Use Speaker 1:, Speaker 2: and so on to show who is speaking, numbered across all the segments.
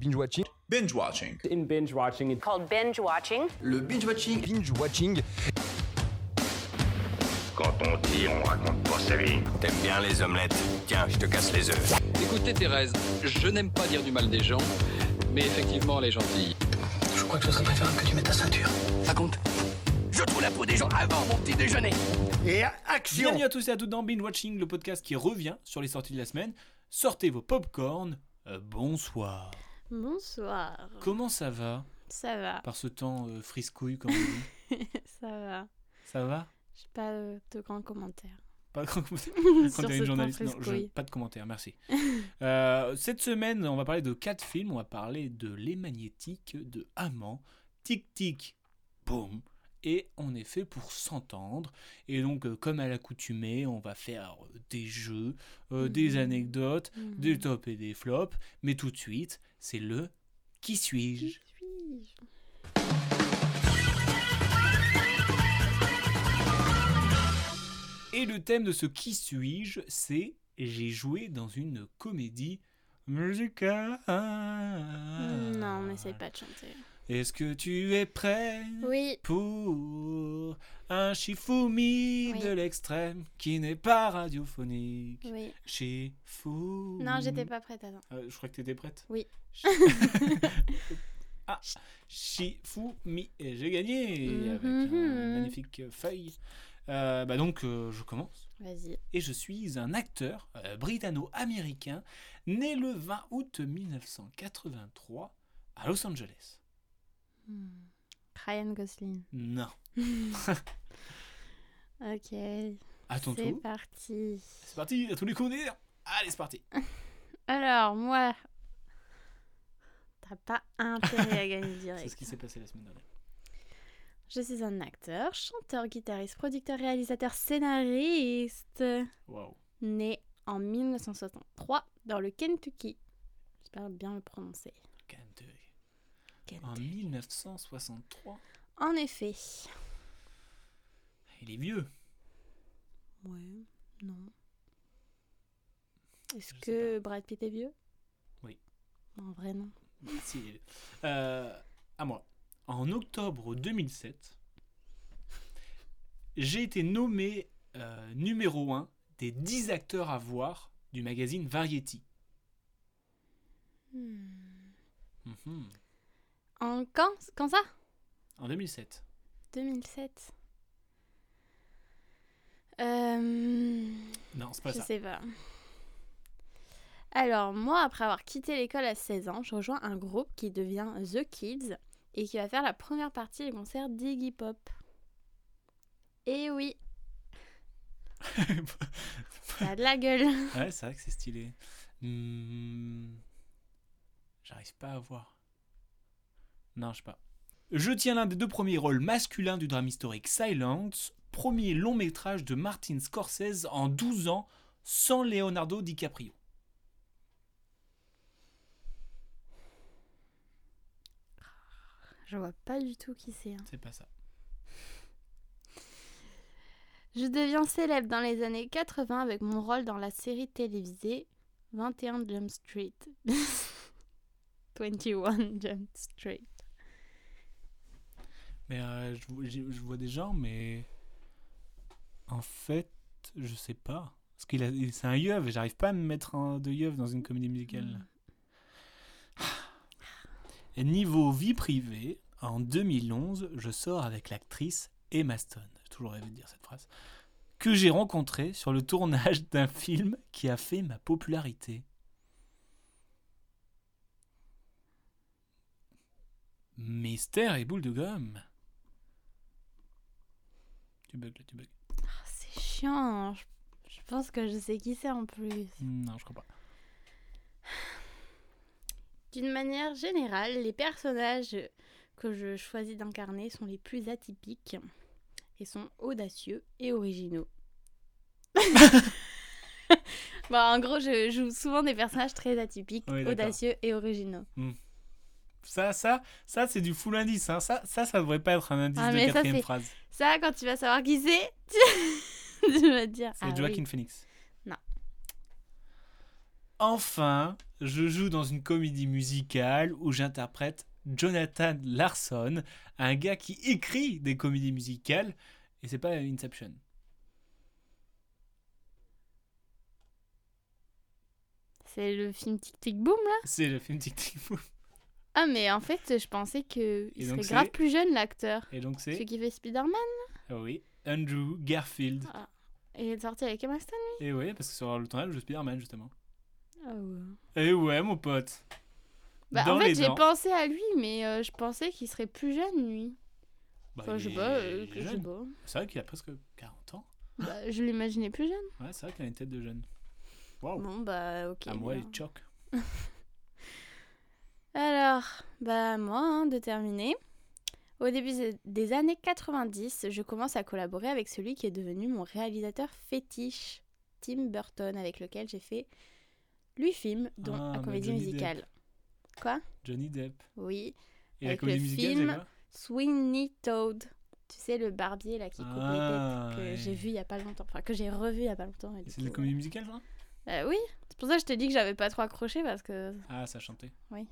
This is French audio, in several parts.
Speaker 1: Binge watching.
Speaker 2: Binge watching.
Speaker 3: In binge watching,
Speaker 4: called binge watching.
Speaker 2: Le binge watching.
Speaker 1: Binge watching.
Speaker 5: Quand on dit, on raconte pas sa vie. T'aimes bien les omelettes Tiens, je te casse les œufs.
Speaker 6: Écoutez Thérèse, je n'aime pas dire du mal des gens, mais effectivement elle est gentille.
Speaker 7: Je crois que ce serait préférable que tu mettes ta ceinture.
Speaker 8: Raconte. Je trouve la peau des gens avant mon petit déjeuner.
Speaker 9: Et action
Speaker 10: Bienvenue à tous et à toutes dans Binge Watching, le podcast qui revient sur les sorties de la semaine. Sortez vos popcorn. Euh, bonsoir.
Speaker 11: Bonsoir.
Speaker 10: Comment ça va
Speaker 11: Ça va.
Speaker 10: Par ce temps euh, friscouille, comme on
Speaker 11: dit. ça va.
Speaker 10: Ça va
Speaker 11: J'ai pas euh, de grands commentaires.
Speaker 10: Pas de grands commentaires.
Speaker 11: Sur
Speaker 10: Quand t'es
Speaker 11: ce
Speaker 10: une
Speaker 11: temps
Speaker 10: journaliste, non, je-
Speaker 11: friscouille.
Speaker 10: pas de commentaires, merci. Euh, cette semaine, on va parler de quatre films. On va parler de Les Magnétiques, de Amant, Tic Tic, Boum. Et on est fait pour s'entendre. Et donc, euh, comme à l'accoutumée, on va faire euh, des jeux, euh, des
Speaker 11: Mhm.
Speaker 10: anecdotes,
Speaker 11: Mhm.
Speaker 10: des tops et des flops. Mais tout de suite, c'est le Qui suis-je
Speaker 11: Suis-je
Speaker 10: Et le thème de ce qui suis-je, c'est j'ai joué dans une comédie musicale.
Speaker 11: Non,
Speaker 10: Ah. Non,
Speaker 11: n'essaye pas de chanter.
Speaker 10: Est-ce que tu es prêt
Speaker 11: Oui.
Speaker 10: pour un Shifumi
Speaker 11: Oui.
Speaker 10: de l'extrême qui n'est pas radiophonique
Speaker 11: Oui.
Speaker 10: Shifumi.
Speaker 11: Non, j'étais pas prête. Attends.
Speaker 10: Euh, je crois que t'étais prête.
Speaker 11: Oui.
Speaker 10: ah, Shifumi, et j'ai gagné avec
Speaker 11: Mhm.
Speaker 10: une magnifique feuille. Euh, bah donc, euh, je commence
Speaker 11: Vas-y.
Speaker 10: et je suis un acteur euh, britanno-américain né le 20 août 1983 à Los Angeles.
Speaker 11: Hmm. Ryan Gosling.
Speaker 10: Non.
Speaker 11: Ok.
Speaker 10: À ton
Speaker 11: C'est
Speaker 10: tour.
Speaker 11: parti.
Speaker 10: C'est parti, à tous les coups on est dedans. Allez, c'est parti.
Speaker 11: Alors, moi. T'as pas intérêt à gagner direct.
Speaker 10: C'est ce qui s'est passé la semaine dernière.
Speaker 11: Je suis un acteur, chanteur, guitariste, producteur, réalisateur, scénariste.
Speaker 10: Waouh.
Speaker 11: Né en 1963 dans le Kentucky. J'espère bien le prononcer.
Speaker 10: Kentucky. En
Speaker 11: Kentucky.
Speaker 10: 1963,
Speaker 11: En effet.
Speaker 10: il est vieux.
Speaker 11: Ouais, non.
Speaker 10: Je
Speaker 11: Est-ce
Speaker 10: sais
Speaker 11: que Brad Pitt est vieux
Speaker 10: Oui.
Speaker 11: En vrai, non.
Speaker 10: Merci. il est vieux. Euh, à moi. En octobre 2007, j'ai été nommé euh, numéro 1 des 10 acteurs à voir du magazine Variety. Mhm.
Speaker 11: En quand Quand ça
Speaker 10: En 2007.
Speaker 11: 2007. Euh...
Speaker 10: Non, c'est pas
Speaker 11: je
Speaker 10: ça.
Speaker 11: sais pas. Alors, moi, après avoir quitté l'école à 16 ans, je rejoins un groupe qui devient The Kids et qui va faire la première partie du concert d'Iggy Pop. Et oui, ça a de la gueule.
Speaker 10: ouais, c'est vrai que c'est stylé. Hmm. J'arrive pas à voir. Non, je sais pas. Je tiens l'un des deux premiers rôles masculins du drame historique Silence, premier long métrage de Martin Scorsese en 12 ans, sans Leonardo DiCaprio.
Speaker 11: Je vois pas du tout qui c'est. hein.
Speaker 10: C'est pas ça.
Speaker 11: Je deviens célèbre dans les années 80 avec mon rôle dans la série télévisée 21 Jump Street. 21 Jump Street.
Speaker 10: Mais euh, je, vois- j'ai- je vois des gens, mais. En fait, je sais pas. Parce qu'il a- il- c'est un yeuf et j'arrive pas à me mettre un, de yeuf dans une comédie musicale. Et niveau vie privée, en 2011, je sors avec l'actrice Emma Stone. J'ai toujours rêvé de dire cette phrase. Que j'ai rencontrée sur le tournage d'un film qui a fait ma popularité. Mystère et boule de gomme. Tu bugs là, tu bugs.
Speaker 11: Ah, c'est chiant. hein. Je, je pense que je sais qui c'est en plus.
Speaker 10: Hmm, Non, je crois pas.
Speaker 11: D'une manière générale, les personnages que je choisis d'incarner sont les plus atypiques et sont audacieux et originaux. bon, en gros, je joue souvent des personnages très atypiques,
Speaker 10: Ouais, d'accord.
Speaker 11: audacieux et originaux.
Speaker 10: Ça, ça, ça, c'est du full indice. hein. Ça, ça, ça devrait pas être un indice
Speaker 11: Ah,
Speaker 10: de
Speaker 11: mais ça,
Speaker 10: quatrième
Speaker 11: c'est-
Speaker 10: phrase.
Speaker 11: Ça, quand tu vas savoir qui c'est, tu tu vas te dire.
Speaker 10: C'est
Speaker 11: Ah,
Speaker 10: Joaquin
Speaker 11: oui.
Speaker 10: Phoenix.
Speaker 11: Non.
Speaker 10: enfin, je joue dans une comédie musicale où j'interprète Jonathan Larson, un gars qui écrit des comédies musicales, et c'est pas Inception.
Speaker 11: C'est le film Tic Tic Boom là
Speaker 10: C'est le film Tic Tic Boom.
Speaker 11: Ah mais en fait je pensais que
Speaker 10: Et
Speaker 11: il
Speaker 10: donc,
Speaker 11: serait
Speaker 10: c'est-
Speaker 11: grave plus jeune l'acteur.
Speaker 10: Et donc
Speaker 11: Celui
Speaker 10: c'est.
Speaker 11: qui fait Spider-Man
Speaker 10: ah Oui. Andrew Garfield.
Speaker 11: Ah et il est sorti avec Emma Stone.
Speaker 10: Et oui, parce que sur le tournage de Spider-Man, justement.
Speaker 11: Ah ouais.
Speaker 10: Et ouais, mon pote.
Speaker 11: Bah,
Speaker 10: Dans
Speaker 11: en fait
Speaker 10: les
Speaker 11: j'ai
Speaker 10: dents.
Speaker 11: pensé à lui mais euh, je pensais qu'il serait plus jeune lui.
Speaker 10: Bah,
Speaker 11: Enfin, je
Speaker 10: il
Speaker 11: sais pas,
Speaker 10: est
Speaker 11: euh, que- je sais
Speaker 10: jeune.
Speaker 11: pas.
Speaker 10: C'est vrai qu'il a presque 40 ans.
Speaker 11: Bah, je l'imaginais plus jeune.
Speaker 10: Ouais, c'est vrai qu'il a une tête de jeune. Waouh.
Speaker 11: Bon bah ok.
Speaker 10: À moi,
Speaker 11: bien.
Speaker 10: il choque.
Speaker 11: Alors, bah à moi hein, de terminer. Au début des- des années 90, je commence à collaborer avec celui qui est devenu mon réalisateur fétiche, Tim Burton, avec lequel j'ai fait 8 films, dont
Speaker 10: Ah,
Speaker 11: la
Speaker 10: mais
Speaker 11: comédie
Speaker 10: Johnny
Speaker 11: musicale.
Speaker 10: Johnny Depp.
Speaker 11: Oui,
Speaker 10: Et la
Speaker 11: Avec
Speaker 10: comédie
Speaker 11: le
Speaker 10: musicale,
Speaker 11: film
Speaker 10: c'est quoi
Speaker 11: Sweeney Toad. Tu sais, le barbier là qui coupe
Speaker 10: Ah,
Speaker 11: les têtes, que
Speaker 10: ouais.
Speaker 11: j'ai vu il y a pas longtemps, enfin que j'ai revu il y a pas longtemps. et du
Speaker 10: C'est de la
Speaker 11: coup,
Speaker 10: comédie musicale, ça
Speaker 11: euh, oui, c'est pour ça que je te dis que j'avais pas trop accroché parce que
Speaker 10: Ah, ça chantait.
Speaker 11: Oui.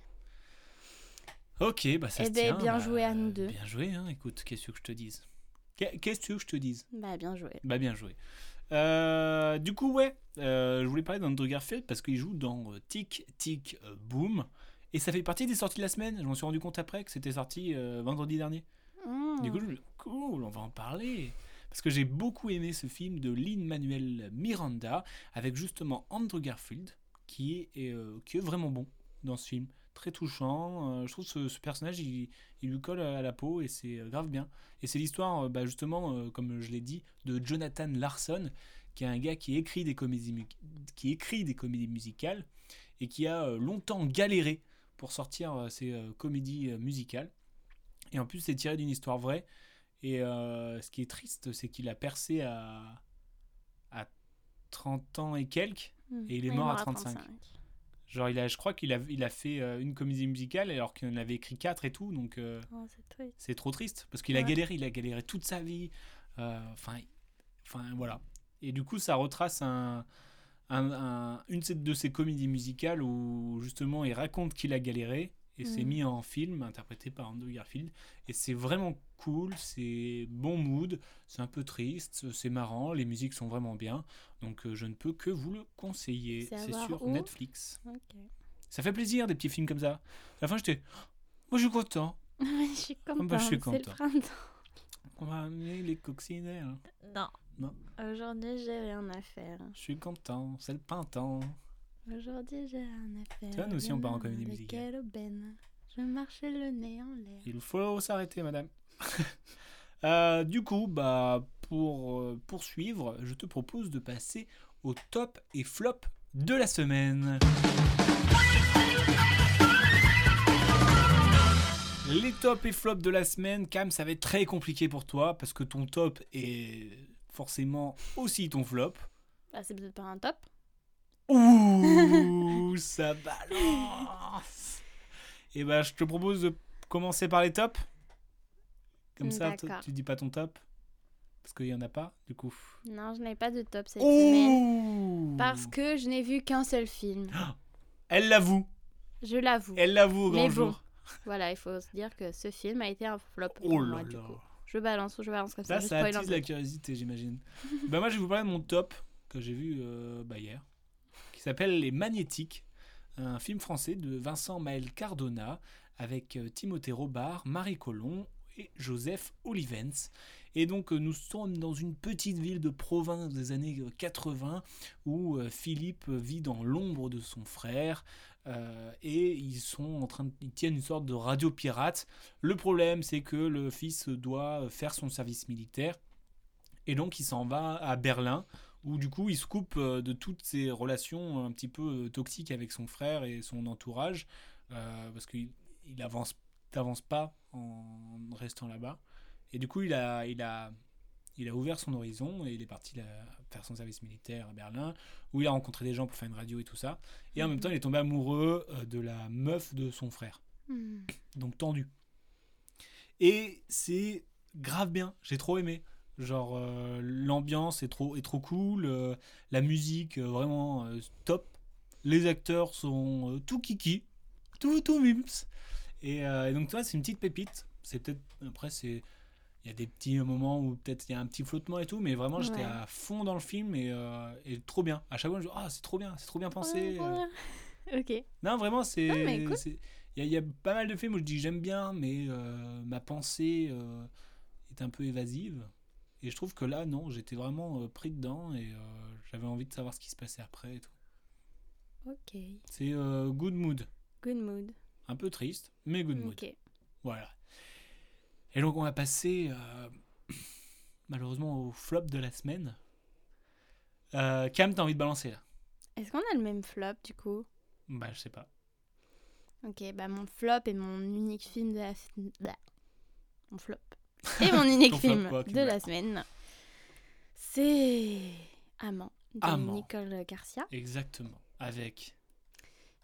Speaker 10: Ok, bah ça
Speaker 11: Eh
Speaker 10: se
Speaker 11: ben,
Speaker 10: tient, bah,
Speaker 11: bien joué à nous deux.
Speaker 10: Bien joué, hein. Écoute, qu'est-ce que je te dise Qu'est- Qu'est-ce que je te dise
Speaker 11: bah bien joué.
Speaker 10: Bah bien joué. Euh, du coup, ouais, euh, je voulais parler d'Andrew Garfield parce qu'il joue dans euh, Tic Tic euh, Boom. Et ça fait partie des sorties de la semaine. Je m'en suis rendu compte après que c'était sorti euh, vendredi dernier.
Speaker 11: Hmm.
Speaker 10: Du coup, je me- cool, on va en parler. Parce que j'ai beaucoup aimé ce film de Lin-Manuel Miranda avec justement Andrew Garfield qui est, est, euh, qui est vraiment bon dans ce film. Très touchant. Euh, je trouve que ce, ce personnage, il, il lui colle à la peau et c'est euh, grave bien. Et c'est l'histoire, euh, bah, justement, euh, comme je l'ai dit, de Jonathan Larson, qui est un gars qui écrit des comédies, mu- qui écrit des comédies musicales et qui a euh, longtemps galéré pour sortir euh, ses euh, comédies euh, musicales. Et en plus, c'est tiré d'une histoire vraie. Et euh, ce qui est triste, c'est qu'il a percé à, à 30 ans et quelques.
Speaker 11: Hmm.
Speaker 10: Et il est
Speaker 11: Ah,
Speaker 10: mort à 35. Genre, il a, je crois qu'il a, il a fait euh, une comédie musicale alors qu'il en avait écrit quatre et tout. Donc, euh,
Speaker 11: Oh, c'est triste.
Speaker 10: c'est trop triste parce qu'il a
Speaker 11: Ouais.
Speaker 10: galéré, il a galéré toute sa vie. Euh, Enfin, il- enfin voilà. Et du coup, ça retrace un, un- un- une de ses comédies musicales où justement il raconte qu'il a galéré et c'est
Speaker 11: Mhm.
Speaker 10: mis en film, interprété par Andrew Garfield. Et c'est vraiment cool, c'est bon mood, c'est un peu triste, c'est marrant, les musiques sont vraiment bien. Donc euh, je ne peux que vous le conseiller.
Speaker 11: C'est à
Speaker 10: C'est
Speaker 11: voir
Speaker 10: sur
Speaker 11: où
Speaker 10: Netflix.
Speaker 11: Ok.
Speaker 10: Ça fait plaisir des petits films comme ça. À la fin, j'étais, Oh, moi je suis content.
Speaker 11: je suis contente.
Speaker 10: bah, je suis
Speaker 11: C'est le
Speaker 10: contente.
Speaker 11: printemps.
Speaker 10: On va amener les coccinelles.
Speaker 11: Non.
Speaker 10: Non.
Speaker 11: Aujourd'hui, j'ai rien à faire.
Speaker 10: Je suis content, c'est le printemps.
Speaker 11: Aujourd'hui, j'ai rien à faire.
Speaker 10: Tu vois, nous aussi, on part en
Speaker 11: Demain,
Speaker 10: comédie
Speaker 11: de
Speaker 10: musicale.
Speaker 11: Quelle aubaine. Je marchais le nez en l'air.
Speaker 10: Il faut s'arrêter, madame. Euh, du coup, bah, pour euh, poursuivre, je te propose de passer au top et flop de la semaine. Les tops et flops de la semaine, Cam, ça va être très compliqué pour toi parce que ton top est forcément aussi ton flop.
Speaker 11: Ah, c'est peut-être pas un top.
Speaker 10: Ouh, ça balance. Et ben, je te propose de commencer par les tops. Comme ça, t-
Speaker 11: D'accord.
Speaker 10: tu dis pas ton top. Parce qu'il y en a pas, du coup.
Speaker 11: Non, je n'ai pas de top cette semaine.
Speaker 10: Oh! Ouh
Speaker 11: Parce que je n'ai vu qu'un seul film.
Speaker 10: Elle l'avoue.
Speaker 11: Je l'avoue.
Speaker 10: Elle l'avoue au grand
Speaker 11: Mais bon.
Speaker 10: jour.
Speaker 11: Voilà, il faut se dire que ce film a été un flop pour
Speaker 10: Oh
Speaker 11: moi,
Speaker 10: là
Speaker 11: du
Speaker 10: là.
Speaker 11: coup. Je balance ou je balance comme
Speaker 10: Ça,
Speaker 11: ça. je
Speaker 10: ça
Speaker 11: spoil un
Speaker 10: attise la
Speaker 11: peu.
Speaker 10: curiosité, j'imagine. bah, moi, je vais vous parler de mon top que j'ai vu euh, bah, hier, qui s'appelle Les Magnétiques, un film français de Vincent Maël Cardona avec euh, Timothée Robard, Marie Colomb et Joseph Olivens. Et donc, euh, nous sommes dans une petite ville de province des années euh, 80 où euh, Philippe vit dans l'ombre de son frère. euh, et ils sont en train de, ils tiennent une sorte de radio pirate le problème, c'est que le fils doit faire son service militaire. Et donc, il s'en va à Berlin, où du coup, il se coupe euh, de toutes ses relations un petit peu euh, toxiques avec son frère et son entourage, euh, parce qu'il il avance, t'avance pas en restant là-bas. Et du coup, il a, il a, il a ouvert son horizon et il est parti là, faire son service militaire à Berlin, où il a rencontré des gens pour faire une radio et tout ça. Et en même temps, il est tombé amoureux euh, de la meuf de son frère
Speaker 11: Hmm.
Speaker 10: donc tendu. Et c'est grave bien, j'ai trop aimé. Genre euh, l'ambiance est trop, est trop cool, euh, la musique euh, vraiment euh, top. Les acteurs sont euh, tout kiki, tout tout mims. Et, euh, et donc toi, c'est une petite pépite. C'est peut-être après c'est il y a des petits moments où peut-être il y a un petit flottement et tout, mais vraiment j'étais
Speaker 11: Ouais.
Speaker 10: à fond dans le film et, euh, et trop bien. À chaque fois, je me dis ah c'est trop bien, c'est trop bien pensé. Euh,
Speaker 11: Ok.
Speaker 10: non, vraiment,
Speaker 11: Non,
Speaker 10: c'est.
Speaker 11: mais cool.
Speaker 10: c'est- Il y, a- il y a pas mal de films où je dis j'aime bien, mais euh, ma pensée euh, est un peu évasive. Et je trouve que là, non, j'étais vraiment euh, pris dedans et euh, j'avais envie de savoir ce qui se passait après et tout.
Speaker 11: Ok.
Speaker 10: C'est euh, Good Mood.
Speaker 11: Good mood.
Speaker 10: Un peu triste, mais Good Mood.
Speaker 11: Ok.
Speaker 10: Voilà. Et donc, on va passer euh, malheureusement au flop de la semaine. Euh, Cam, t'as envie de balancer là
Speaker 11: Est-ce qu'on a le même flop du coup
Speaker 10: Bah, je sais pas.
Speaker 11: Ok, bah mon flop et mon unique film de la. s- Bah, mon flop. Et mon unique
Speaker 10: Ton flop,
Speaker 11: film
Speaker 10: quoi, qui
Speaker 11: de
Speaker 10: me-
Speaker 11: la semaine. C'est. Amant. De
Speaker 10: Amant.
Speaker 11: Nicole Garcia,
Speaker 10: Exactement. Avec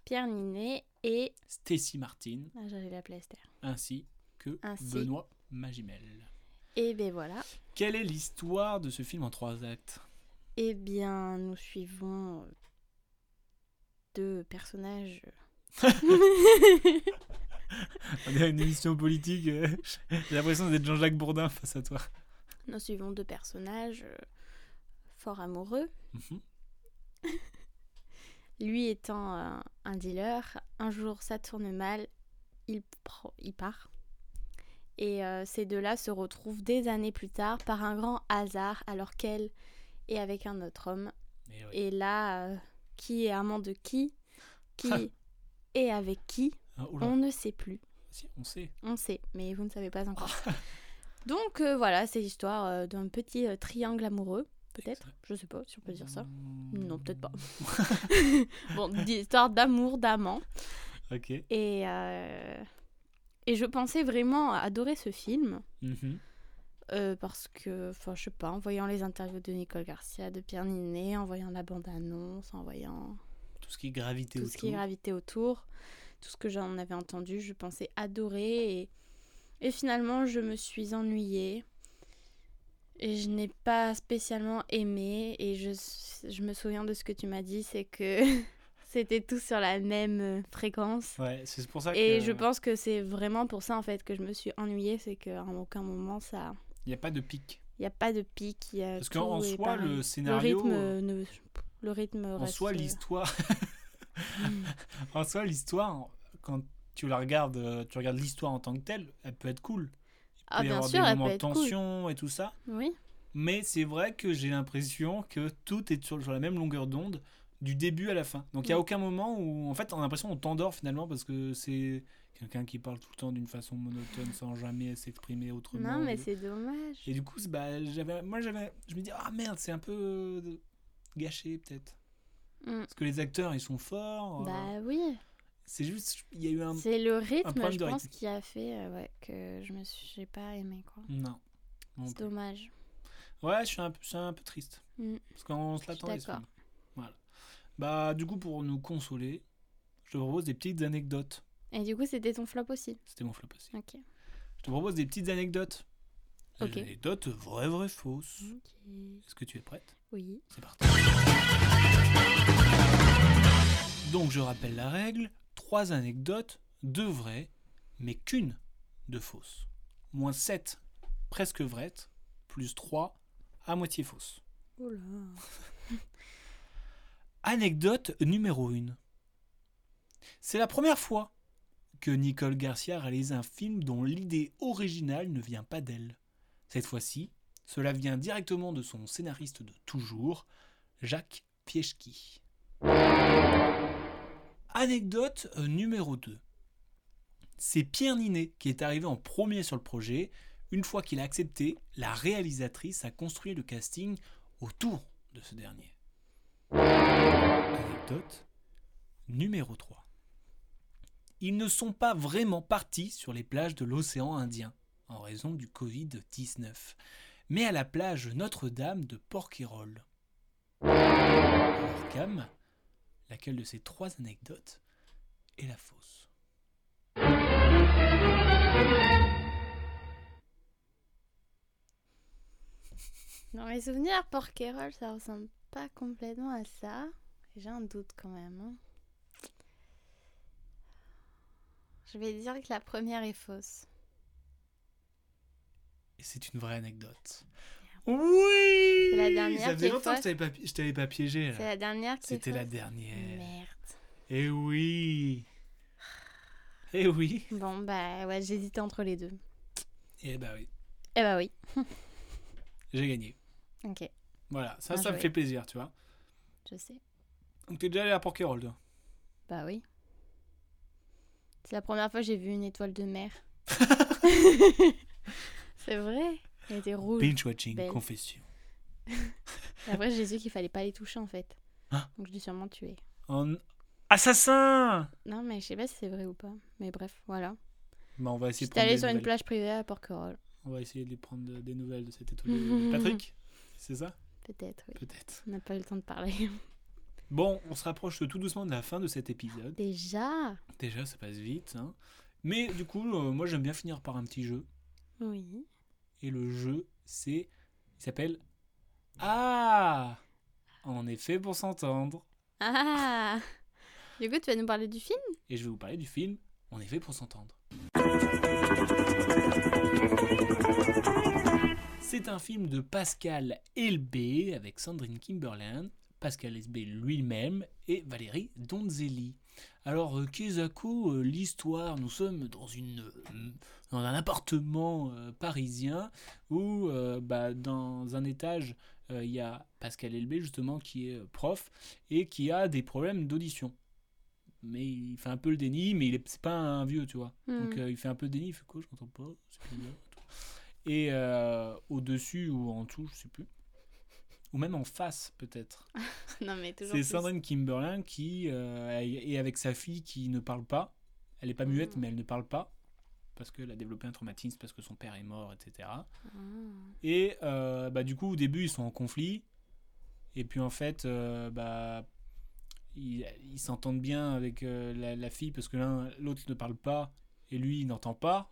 Speaker 11: Pierre Ninet et.
Speaker 10: Stacy Martin.
Speaker 11: Ah, j'allais l'appeler Esther.
Speaker 10: ainsi que
Speaker 11: Ainsi.
Speaker 10: Benoît Magimel.
Speaker 11: Et ben voilà.
Speaker 10: Quelle est l'histoire de ce film en trois actes
Speaker 11: Eh bien, nous suivons euh, deux personnages.
Speaker 10: On dirait une émission politique. euh, J'ai l'impression d'être Jean-Jacques Bourdin face à toi.
Speaker 11: nous suivons deux personnages euh, fort amoureux.
Speaker 10: Mhm.
Speaker 11: Lui étant un, un dealer, un jour ça tourne mal, il, prend- il part. Et euh, ces deux-là se retrouvent des années plus tard par un grand hasard, alors qu'elle est avec un autre homme.
Speaker 10: Mais ouais.
Speaker 11: Et là, euh, qui est amant de qui Qui est avec qui
Speaker 10: Ah, oula,
Speaker 11: On ne sait plus.
Speaker 10: si, on sait.
Speaker 11: On sait, mais vous ne savez pas encore. Donc euh, voilà, c'est l'histoire euh, d'un petit euh, triangle amoureux, peut-être. Je sais pas si on peut dire ça.
Speaker 10: Hmm.
Speaker 11: Non, peut-être pas. bon, d'histoire d'amour, d'amant.
Speaker 10: Ok.
Speaker 11: Et, euh, et je pensais vraiment adorer ce film.
Speaker 10: Mhm.
Speaker 11: euh, parce que, enfin, je sais pas, en voyant les interviews de Nicole Garcia, de Pierre Ninet, en voyant la bande-annonce, en voyant
Speaker 10: Tout ce qui est gravité
Speaker 11: tout ce
Speaker 10: autour.
Speaker 11: qui gravitait autour, tout ce que j'en avais entendu, je pensais adorer. Et, et finalement, je me suis ennuyée. Et je n'ai pas spécialement aimé. Et je, je me souviens de ce que tu m'as dit, c'est que c'était tout sur la même euh, fréquence.
Speaker 10: Ouais, c'est pour ça que.
Speaker 11: Et je pense que c'est vraiment pour ça en fait que je me suis ennuyée, c'est qu'à aucun moment ça,
Speaker 10: Il n'y a pas de pic.
Speaker 11: il n'y a pas de pic, il y a
Speaker 10: Parce
Speaker 11: tout
Speaker 10: qu'en en
Speaker 11: est
Speaker 10: soi,
Speaker 11: pareil.
Speaker 10: le scénario.
Speaker 11: rythme,
Speaker 10: euh,
Speaker 11: euh, ne- le rythme
Speaker 10: En
Speaker 11: reste,
Speaker 10: soi,
Speaker 11: euh,
Speaker 10: l'histoire.
Speaker 11: Mm.
Speaker 10: en soi, l'histoire, quand tu la regardes, euh, tu regardes l'histoire en tant que telle, elle peut être cool. il
Speaker 11: Ah
Speaker 10: peut y
Speaker 11: bien
Speaker 10: avoir
Speaker 11: sûr,
Speaker 10: des
Speaker 11: elle
Speaker 10: moments
Speaker 11: peut
Speaker 10: de
Speaker 11: être cool.
Speaker 10: tension et tout ça.
Speaker 11: Oui.
Speaker 10: Mais c'est vrai que j'ai l'impression que tout est sur, sur la même longueur d'onde du début à la fin. Donc il n'y a
Speaker 11: Oui.
Speaker 10: aucun moment où, en fait, on a l'impression qu'on t'endort finalement parce que c'est quelqu'un qui parle tout le temps d'une façon monotone sans jamais s'exprimer autrement.
Speaker 11: Non, mais c'est dommage.
Speaker 10: Et du coup, c'est- bah, j'avais, moi, j'avais, je me dis, ah merde, c'est un peu euh, gâché peut-être.
Speaker 11: Mm.
Speaker 10: Parce que les acteurs, ils sont forts. euh,
Speaker 11: Bah oui,
Speaker 10: c'est juste, il y a eu un.
Speaker 11: c'est le rythme,
Speaker 10: problème
Speaker 11: je
Speaker 10: de
Speaker 11: pense,
Speaker 10: rythme.
Speaker 11: qui a fait euh, ouais, que je me suis j'ai pas aimé quoi.
Speaker 10: Non. Non
Speaker 11: C'est
Speaker 10: plus.
Speaker 11: dommage.
Speaker 10: Ouais, je suis un, peu- je suis un peu triste.
Speaker 11: Mm.
Speaker 10: Parce qu'on se
Speaker 11: Je suis
Speaker 10: l'attendait. ce
Speaker 11: d'accord.
Speaker 10: film. Voilà. Bah, du coup, pour nous consoler, je te propose des petites anecdotes.
Speaker 11: Et du coup, c'était ton flop aussi.
Speaker 10: C'était mon flop aussi.
Speaker 11: Ok.
Speaker 10: Je te propose des petites anecdotes. Des
Speaker 11: Ok.
Speaker 10: anecdotes vraies, vraies, fausses.
Speaker 11: Ok.
Speaker 10: Est-ce que tu es prête
Speaker 11: Oui.
Speaker 10: C'est parti. Donc, je rappelle la règle trois anecdotes, deux vraies, mais qu'une de fausse. Moins 7 presque vraies, plus 3 à moitié fausses.
Speaker 11: Oula.
Speaker 10: Anecdote numéro 1. C'est la première fois que Nicole Garcia réalise un film dont l'idée originale ne vient pas d'elle. Cette fois-ci, cela vient directement de son scénariste de toujours, Jacques Pieschki. Anecdote numéro 2. C'est Pierre Ninet qui est arrivé en premier sur le projet. Une fois qu'il a accepté, la réalisatrice a construit le casting autour de ce dernier. Anecdote numéro 3. Ils ne sont pas vraiment partis sur les plages de l'océan Indien en raison du Covid-19, mais à la plage Notre-Dame de Porquerolles. Alors, Cam, laquelle de ces trois anecdotes est la fausse
Speaker 11: Dans mes souvenirs, Porquerolles, ça ressemble pas complètement à ça. J'ai un doute quand même. hein. Je vais dire que la première est fausse.
Speaker 10: Et c'est une vraie anecdote. Oui
Speaker 11: C'est la dernière
Speaker 10: Ça
Speaker 11: qui
Speaker 10: faisait
Speaker 11: est
Speaker 10: longtemps que
Speaker 11: fausse.
Speaker 10: je t'avais pas, pi- je t'avais pas piégé. là.
Speaker 11: C'est la dernière qui est
Speaker 10: C'était la
Speaker 11: fausse
Speaker 10: dernière.
Speaker 11: Merde.
Speaker 10: Eh oui Eh oui
Speaker 11: Bon, bah ouais, j'hésitais entre les deux.
Speaker 10: Eh bah oui,
Speaker 11: Eh bah oui.
Speaker 10: j'ai gagné.
Speaker 11: Ok,
Speaker 10: Voilà, ça,
Speaker 11: Bien
Speaker 10: ça me
Speaker 11: joué.
Speaker 10: fait plaisir, tu vois.
Speaker 11: je sais.
Speaker 10: Donc t'es déjà allé à Porquerolles, toi
Speaker 11: Bah oui. C'est la première fois que j'ai vu une étoile de mer. C'est vrai. Elle était rouge.
Speaker 10: Binge-watching,
Speaker 11: belle.
Speaker 10: confession.
Speaker 11: Et Après, j'ai su qu'il fallait pas les toucher en fait.
Speaker 10: Hein
Speaker 11: Donc je l'ai sûrement tué.
Speaker 10: En... Assassin
Speaker 11: Non, mais je sais pas si c'est vrai ou pas. Mais bref, voilà.
Speaker 10: Bah, on va essayer de
Speaker 11: J'étais
Speaker 10: prendre
Speaker 11: allée
Speaker 10: des
Speaker 11: sur une
Speaker 10: nouvelles.
Speaker 11: plage privée à Porquerolles.
Speaker 10: On va essayer de lui prendre de- des nouvelles de cette étoile de- de Patrick. C'est ça
Speaker 11: Peut-être, oui.
Speaker 10: Peut-être.
Speaker 11: On n'a pas eu le temps de parler.
Speaker 10: Bon, on se rapproche tout doucement de la fin de cet épisode.
Speaker 11: Déjà
Speaker 10: Déjà, ça passe vite. hein. Mais du coup, euh, moi, j'aime bien finir par un petit jeu.
Speaker 11: Oui.
Speaker 10: Et le jeu, c'est. Il s'appelle. Ah En effet, pour s'entendre.
Speaker 11: Ah Du coup, tu vas nous parler du film
Speaker 10: Et je vais vous parler du film En effet, pour s'entendre. C'est un film de Pascal Elbé avec Sandrine Kimberland, Pascal Elbé lui-même et Valérie Donzelli. Alors, euh, Kezako, euh, l'histoire, nous sommes dans, une, euh, dans un appartement euh, parisien où, euh, bah, dans un étage, euh, il y a Pascal Elbé, justement, qui est euh, prof et qui a des problèmes d'audition. Mais il fait un peu le déni, mais il est- c'est pas un vieux, tu vois. Donc
Speaker 11: Hmm.
Speaker 10: euh, il fait un peu de déni, il fait quoi Je comprends pas. c'est bizarre, tout. Et euh, au-dessus ou en dessous, je sais plus. Ou même en face, peut-être.
Speaker 11: Non, mais Ah, toujours.
Speaker 10: euh, C'est
Speaker 11: plus.
Speaker 10: Sandrine Kimberlin qui euh, est avec sa fille qui ne parle pas. Elle n'est pas muette,
Speaker 11: Mhm.
Speaker 10: mais elle ne parle pas. Parce qu'elle a développé un traumatisme, parce que son père est mort, etc.
Speaker 11: Ah.
Speaker 10: Et euh, bah, du coup, au début, ils sont en conflit. Et puis en fait, euh, bah, ils ils s'entendent bien avec euh, la, la fille parce que l'un, l'autre ne parle pas et lui, il n'entend pas.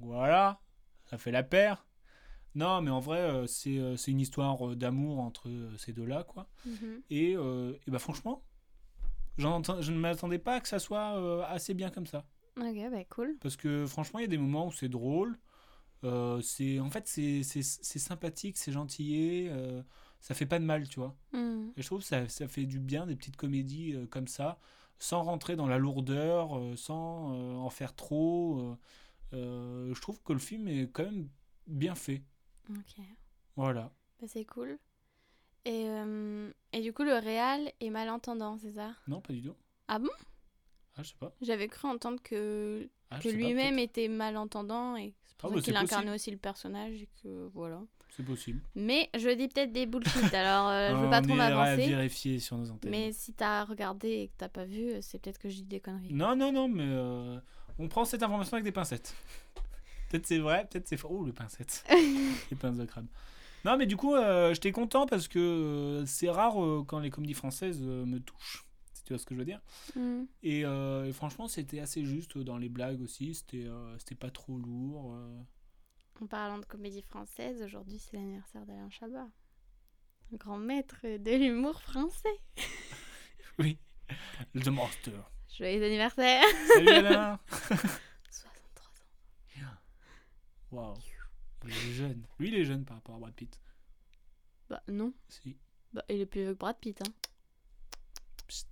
Speaker 10: Voilà, ça fait la paire. Non, mais en vrai, euh, c'est euh, c'est une histoire euh, d'amour entre euh, ces deux-là, quoi.
Speaker 11: Mhm.
Speaker 10: Et, euh, et bah franchement, j'en entends- je ne m'attendais pas que ça soit euh, assez bien comme ça.
Speaker 11: Ok, bah cool.
Speaker 10: Parce que franchement, il y a des moments où c'est drôle. euh, c'est en fait c'est c'est- c'est sympathique, c'est gentillé, euh, ça fait pas de mal, tu vois.
Speaker 11: Hmm.
Speaker 10: Et je trouve que ça ça fait du bien des petites comédies euh, comme ça, sans rentrer dans la lourdeur, euh, sans euh, en faire trop. euh, euh, je trouve que le film est quand même bien fait.
Speaker 11: Ok.
Speaker 10: Voilà.
Speaker 11: Bah, c'est cool. Et, euh, et du coup, le réal est malentendant, c'est ça
Speaker 10: Non, pas du tout.
Speaker 11: Ah bon
Speaker 10: Ah je sais pas.
Speaker 11: J'avais cru entendre que,
Speaker 10: Ah, je
Speaker 11: que
Speaker 10: sais pas,
Speaker 11: lui-même
Speaker 10: peut-être.
Speaker 11: était malentendant et c'est
Speaker 10: Ah,
Speaker 11: pour
Speaker 10: bah,
Speaker 11: ça qu'il
Speaker 10: c'est
Speaker 11: incarnait aussi le personnage et que voilà.
Speaker 10: C'est possible.
Speaker 11: Mais je dis peut-être des bullshit, alors euh, je veux
Speaker 10: Ah,
Speaker 11: pas
Speaker 10: on
Speaker 11: trop
Speaker 10: ira
Speaker 11: m'avancer.
Speaker 10: vérifier sur nos antennes.
Speaker 11: Mais si t'as regardé et que t'as pas vu, euh, c'est peut-être que je dis des conneries.
Speaker 10: Non, non, non, mais euh, on prend cette information avec des pincettes. Peut-être c'est vrai, peut-être c'est faux. Oh, les pincettes. les pinces de crabe. Non, mais du coup, euh, j'étais content parce que euh, c'est rare euh, quand les comédies françaises euh, me touchent, si tu vois ce que je veux dire.
Speaker 11: Hmm.
Speaker 10: Et, euh, et franchement, c'était assez juste dans les blagues aussi. C'était euh, c'était pas trop lourd. euh.
Speaker 11: En parlant de comédie française, aujourd'hui c'est l'anniversaire d'Alain Chabat. Le grand maître de l'humour français.
Speaker 10: Oui. The Monster.
Speaker 11: Joyeux anniversaire
Speaker 10: Salut Alain
Speaker 11: 63 ans.
Speaker 10: Waouh. Il est jeune. Lui, il est jeune par rapport à Brad Pitt.
Speaker 11: Bah non,
Speaker 10: Si.
Speaker 11: bah, il est plus vieux que Brad Pitt. Hein.
Speaker 10: Psst,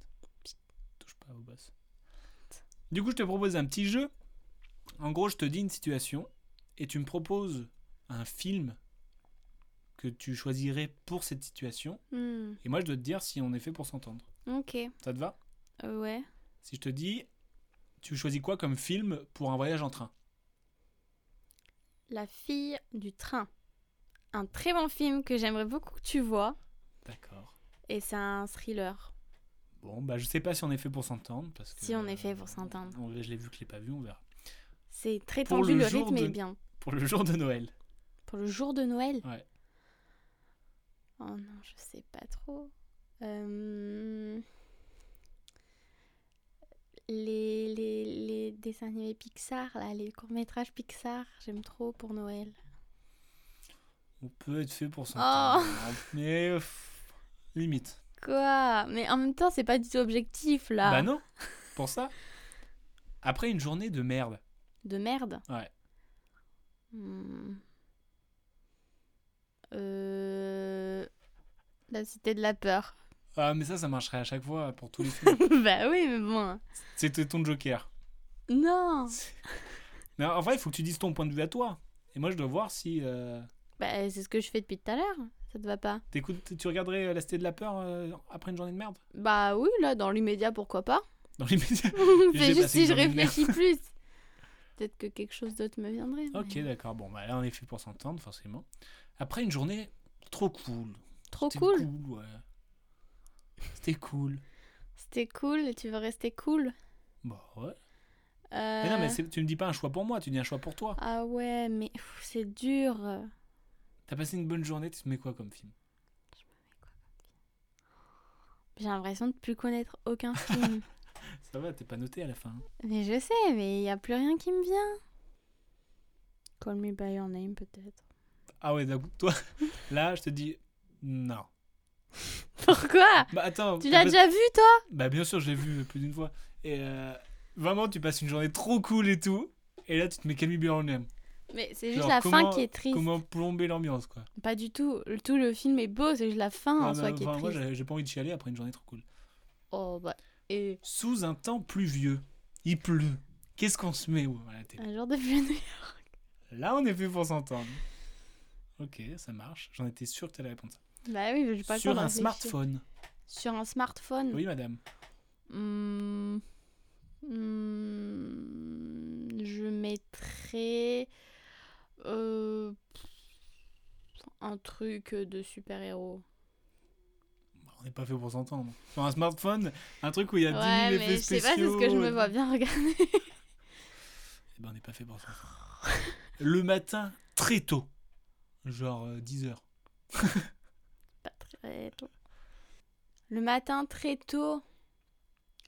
Speaker 10: psst, touche pas au boss. Du coup, je te propose un petit jeu. En gros, je te dis une situation et tu me proposes un film que tu choisirais pour cette situation.
Speaker 11: Hmm.
Speaker 10: Et moi, je dois te dire si on est fait pour s'entendre.
Speaker 11: Ok,
Speaker 10: Ça te va
Speaker 11: Euh, ouais.
Speaker 10: Si je te dis, tu choisis quoi comme film pour un voyage en train
Speaker 11: La fille du train. Un très bon film que j'aimerais beaucoup que tu vois.
Speaker 10: D'accord.
Speaker 11: Et c'est un thriller.
Speaker 10: Bon, bah, je sais pas si on est fait pour s'entendre. parce que,
Speaker 11: Si on est fait
Speaker 10: euh,
Speaker 11: pour s'entendre.
Speaker 10: on- Je l'ai vu que je l'ai pas vu, on verra.
Speaker 11: C'est très
Speaker 10: Pour
Speaker 11: tendu,
Speaker 10: le
Speaker 11: le,
Speaker 10: jour
Speaker 11: rythme
Speaker 10: de-
Speaker 11: est bien.
Speaker 10: Pour le jour de Noël.
Speaker 11: Pour le jour de Noël
Speaker 10: Ouais.
Speaker 11: Oh non, je sais pas trop. Euh, Les, les, les dessins animés Pixar, là, les courts-métrages Pixar, j'aime trop pour Noël.
Speaker 10: On peut être fait pour s'entendre.
Speaker 11: Oh.
Speaker 10: Mais pff, limite.
Speaker 11: Ah. Quoi Mais en même temps, c'est pas du tout objectif là.
Speaker 10: Bah non, pour ça. Après une journée de merde.
Speaker 11: De merde.
Speaker 10: Ouais.
Speaker 11: Hmm. Euh... La cité de la peur.
Speaker 10: Ah, mais ça, ça marcherait à chaque fois pour tous les films.
Speaker 11: bah oui, mais bon.
Speaker 10: C'était ton joker.
Speaker 11: Non.
Speaker 10: Mais en vrai, il faut que tu dises ton point de vue à toi. Et moi, je dois voir si. euh,
Speaker 11: Bah, c'est ce que je fais depuis tout à l'heure. Ça te va pas
Speaker 10: t'écoutes- tu regarderais euh, La Cité de la Peur euh, après une journée de merde
Speaker 11: Bah oui, là, dans l'immédiat, pourquoi pas
Speaker 10: Dans les médias J'ai
Speaker 11: C'est juste
Speaker 10: passé une
Speaker 11: si je
Speaker 10: journée de merde.
Speaker 11: réfléchis plus. Peut-être que quelque chose d'autre me viendrait. mais-
Speaker 10: Ok, d'accord. Bon, bah là, on est fait pour s'entendre, forcément. Après une journée trop cool.
Speaker 11: Trop
Speaker 10: C'était
Speaker 11: cool.
Speaker 10: ouais. C'était cool.
Speaker 11: C'était cool et tu veux rester cool.
Speaker 10: Bon, Bah, ouais.
Speaker 11: Euh,
Speaker 10: Mais non, mais c'est- tu me dis pas un choix pour moi, tu dis un choix pour toi.
Speaker 11: Ah ouais, mais pff, c'est dur.
Speaker 10: T'as passé une bonne journée, tu te mets quoi comme film
Speaker 11: J'ai l'impression de plus connaître aucun film.
Speaker 10: Ça va, t'es pas noté à la fin. hein.
Speaker 11: mais je sais, mais il n'y a plus rien qui me vient. Call me by your name, peut-être.
Speaker 10: Ah ouais, d'un coup, toi, là, je te dis non.
Speaker 11: Pourquoi
Speaker 10: Bah attends.
Speaker 11: Tu l'as
Speaker 10: en fait-
Speaker 11: déjà vu, toi
Speaker 10: Bah bien sûr, je l'ai vu plus d'une fois. Et euh, vraiment, tu passes une journée trop cool et tout. Et là, tu te mets Camille Bironem.
Speaker 11: Mais c'est juste
Speaker 10: Genre,
Speaker 11: la
Speaker 10: comment-
Speaker 11: fin qui est triste.
Speaker 10: Comment plomber l'ambiance, quoi.
Speaker 11: Pas du tout. Le- Tout le film est beau, c'est juste la fin
Speaker 10: Ah,
Speaker 11: en soi
Speaker 10: bah,
Speaker 11: qui est
Speaker 10: enfin, moi,
Speaker 11: triste.
Speaker 10: j'ai- j'ai pas envie de chialer après une journée trop cool.
Speaker 11: oh, bah. Et
Speaker 10: Sous un temps pluvieux, il pleut. Qu'est-ce qu'on se met où à la télé
Speaker 11: un jour de pluie.
Speaker 10: Là, on est fait pour s'entendre. Ok, ça marche. J'en étais sûr que t'allais répondre ça.
Speaker 11: bah oui, mais j'ai pas le temps
Speaker 10: Sur
Speaker 11: d'en
Speaker 10: un
Speaker 11: réfléchir.
Speaker 10: smartphone.
Speaker 11: Sur un smartphone
Speaker 10: Oui, madame.
Speaker 11: Hmm. Hmm. Je mettrais euh, un truc de super-héros.
Speaker 10: Bah, On n'est pas fait pour s'entendre. Sur un smartphone, un truc où il y a 10
Speaker 11: Ouais,
Speaker 10: 000
Speaker 11: mais
Speaker 10: effets
Speaker 11: je sais pas, c'est
Speaker 10: spéciaux. euh.
Speaker 11: ce que je me vois bien regarder.
Speaker 10: Eh ben, on n'est pas fait pour ça. Le matin, très tôt. Genre euh, 10h.
Speaker 11: Pas très tôt. Le matin, très tôt,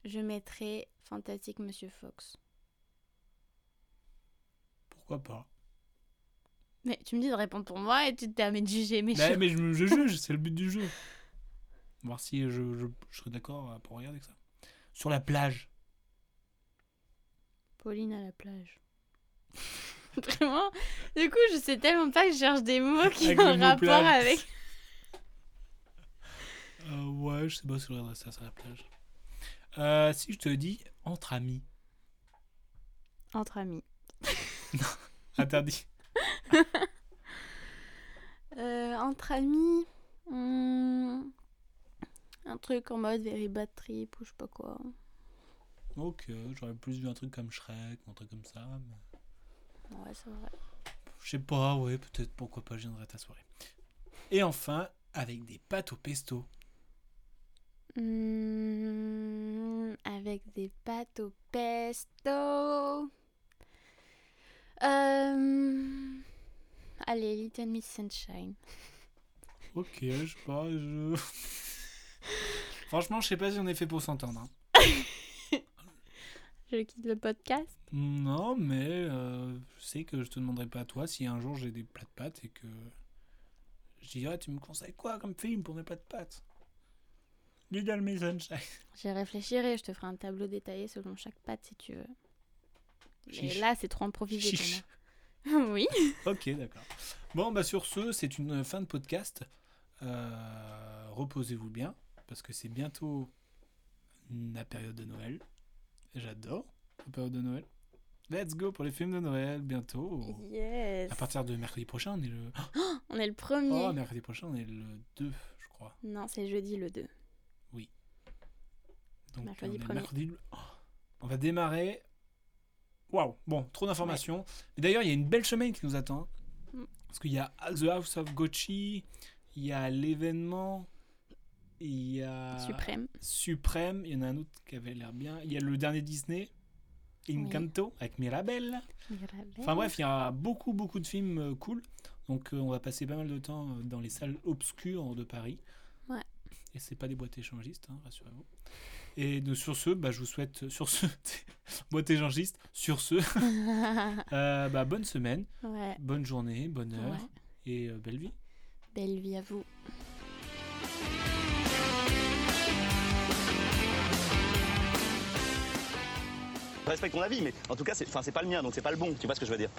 Speaker 11: je mettrais Fantastique Monsieur Fox.
Speaker 10: Pourquoi pas
Speaker 11: Mais tu me dis de répondre pour moi et tu te permets de juger mes
Speaker 10: Bah,
Speaker 11: choses.
Speaker 10: Mais je, me- je juge, c'est le but du jeu. Voir si je, je, je serais d'accord euh, pour regarder que ça. Sur la plage.
Speaker 11: Pauline à la plage. Vraiment Du coup, je sais tellement pas que je cherche des mots qui
Speaker 10: Avec
Speaker 11: ont
Speaker 10: le mot
Speaker 11: rapport
Speaker 10: plage.
Speaker 11: avec.
Speaker 10: Euh, ouais, je sais pas si je regarderais ça sur la plage. Euh, si je te dis entre amis,
Speaker 11: Entre amis.
Speaker 10: interdit.
Speaker 11: Euh, entre amis. hmm, Un truc en mode very bad trip ou je sais pas quoi.
Speaker 10: ok, j'aurais plus vu un truc comme Shrek, un truc comme ça. mais-
Speaker 11: Ouais, c'est vrai.
Speaker 10: Je sais pas, ouais, peut-être pourquoi pas, je viendrai à ta soirée. Et enfin, avec des pâtes au pesto.
Speaker 11: Hmm, Avec des pâtes au pesto. Euh, Allez, Little Miss Sunshine.
Speaker 10: Ok, je sais pas, je. Franchement, je sais pas si on est fait pour s'entendre. hein.
Speaker 11: Je quitte le podcast.
Speaker 10: Non, mais euh, je sais que je te demanderai pas à toi si un jour j'ai des plats de pâtes et que. Je dirais, tu me conseilles quoi comme film pour mes plats de pâtes Little Miss Sunshine.
Speaker 11: J'y réfléchirai, je te ferai un tableau détaillé selon chaque patte si tu veux.
Speaker 10: Chiche.
Speaker 11: Mais là, c'est trop improvisé pour
Speaker 10: Chiche.
Speaker 11: moi. oui.
Speaker 10: Ok, d'accord. Bon, bah sur ce, c'est une fin de podcast. Euh, Reposez-vous bien, parce que c'est bientôt la période de Noël. J'adore la période de Noël. Let's go pour les films de Noël, bientôt.
Speaker 11: Yes.
Speaker 10: Oh. À partir de mercredi prochain, on est le...
Speaker 11: On est le premier.
Speaker 10: Oh, mercredi prochain, on est le 2, je crois.
Speaker 11: Non, c'est jeudi le 2.
Speaker 10: Donc,
Speaker 11: Mercredi
Speaker 10: on, est
Speaker 11: premier.
Speaker 10: mercredi le- Oh, on va démarrer. Waouh, bon, trop d'informations. Mais d'ailleurs, il y a une belle semaine qui nous attend. hein.
Speaker 11: Mm.
Speaker 10: Parce qu'il y a The House of Gucci, il y a l'événement, il y a
Speaker 11: Suprême.
Speaker 10: Suprême, il y en a un autre qui avait l'air bien. Il y a le dernier Disney, Encanto, avec Mirabelle.
Speaker 11: Eh
Speaker 10: Enfin bref, il y a beaucoup, beaucoup de films euh, cool. Donc euh, on va passer pas mal de temps euh, dans les salles obscures de Paris.
Speaker 11: Ouais.
Speaker 10: Et c'est pas des boîtes échangistes, hein, rassurez-vous. Et de, sur ce, bah, je vous souhaite, sur ce, boîte échangiste, sur ce, euh, bah, bonne semaine,
Speaker 11: ouais.
Speaker 10: bonne journée, bonne heure
Speaker 11: Ouais.
Speaker 10: et euh, belle vie.
Speaker 11: Belle vie à vous.
Speaker 1: respecte ton avis, mais en tout cas, c'est enfin, c'est pas le mien, donc c'est pas le bon. Tu vois ce que je veux dire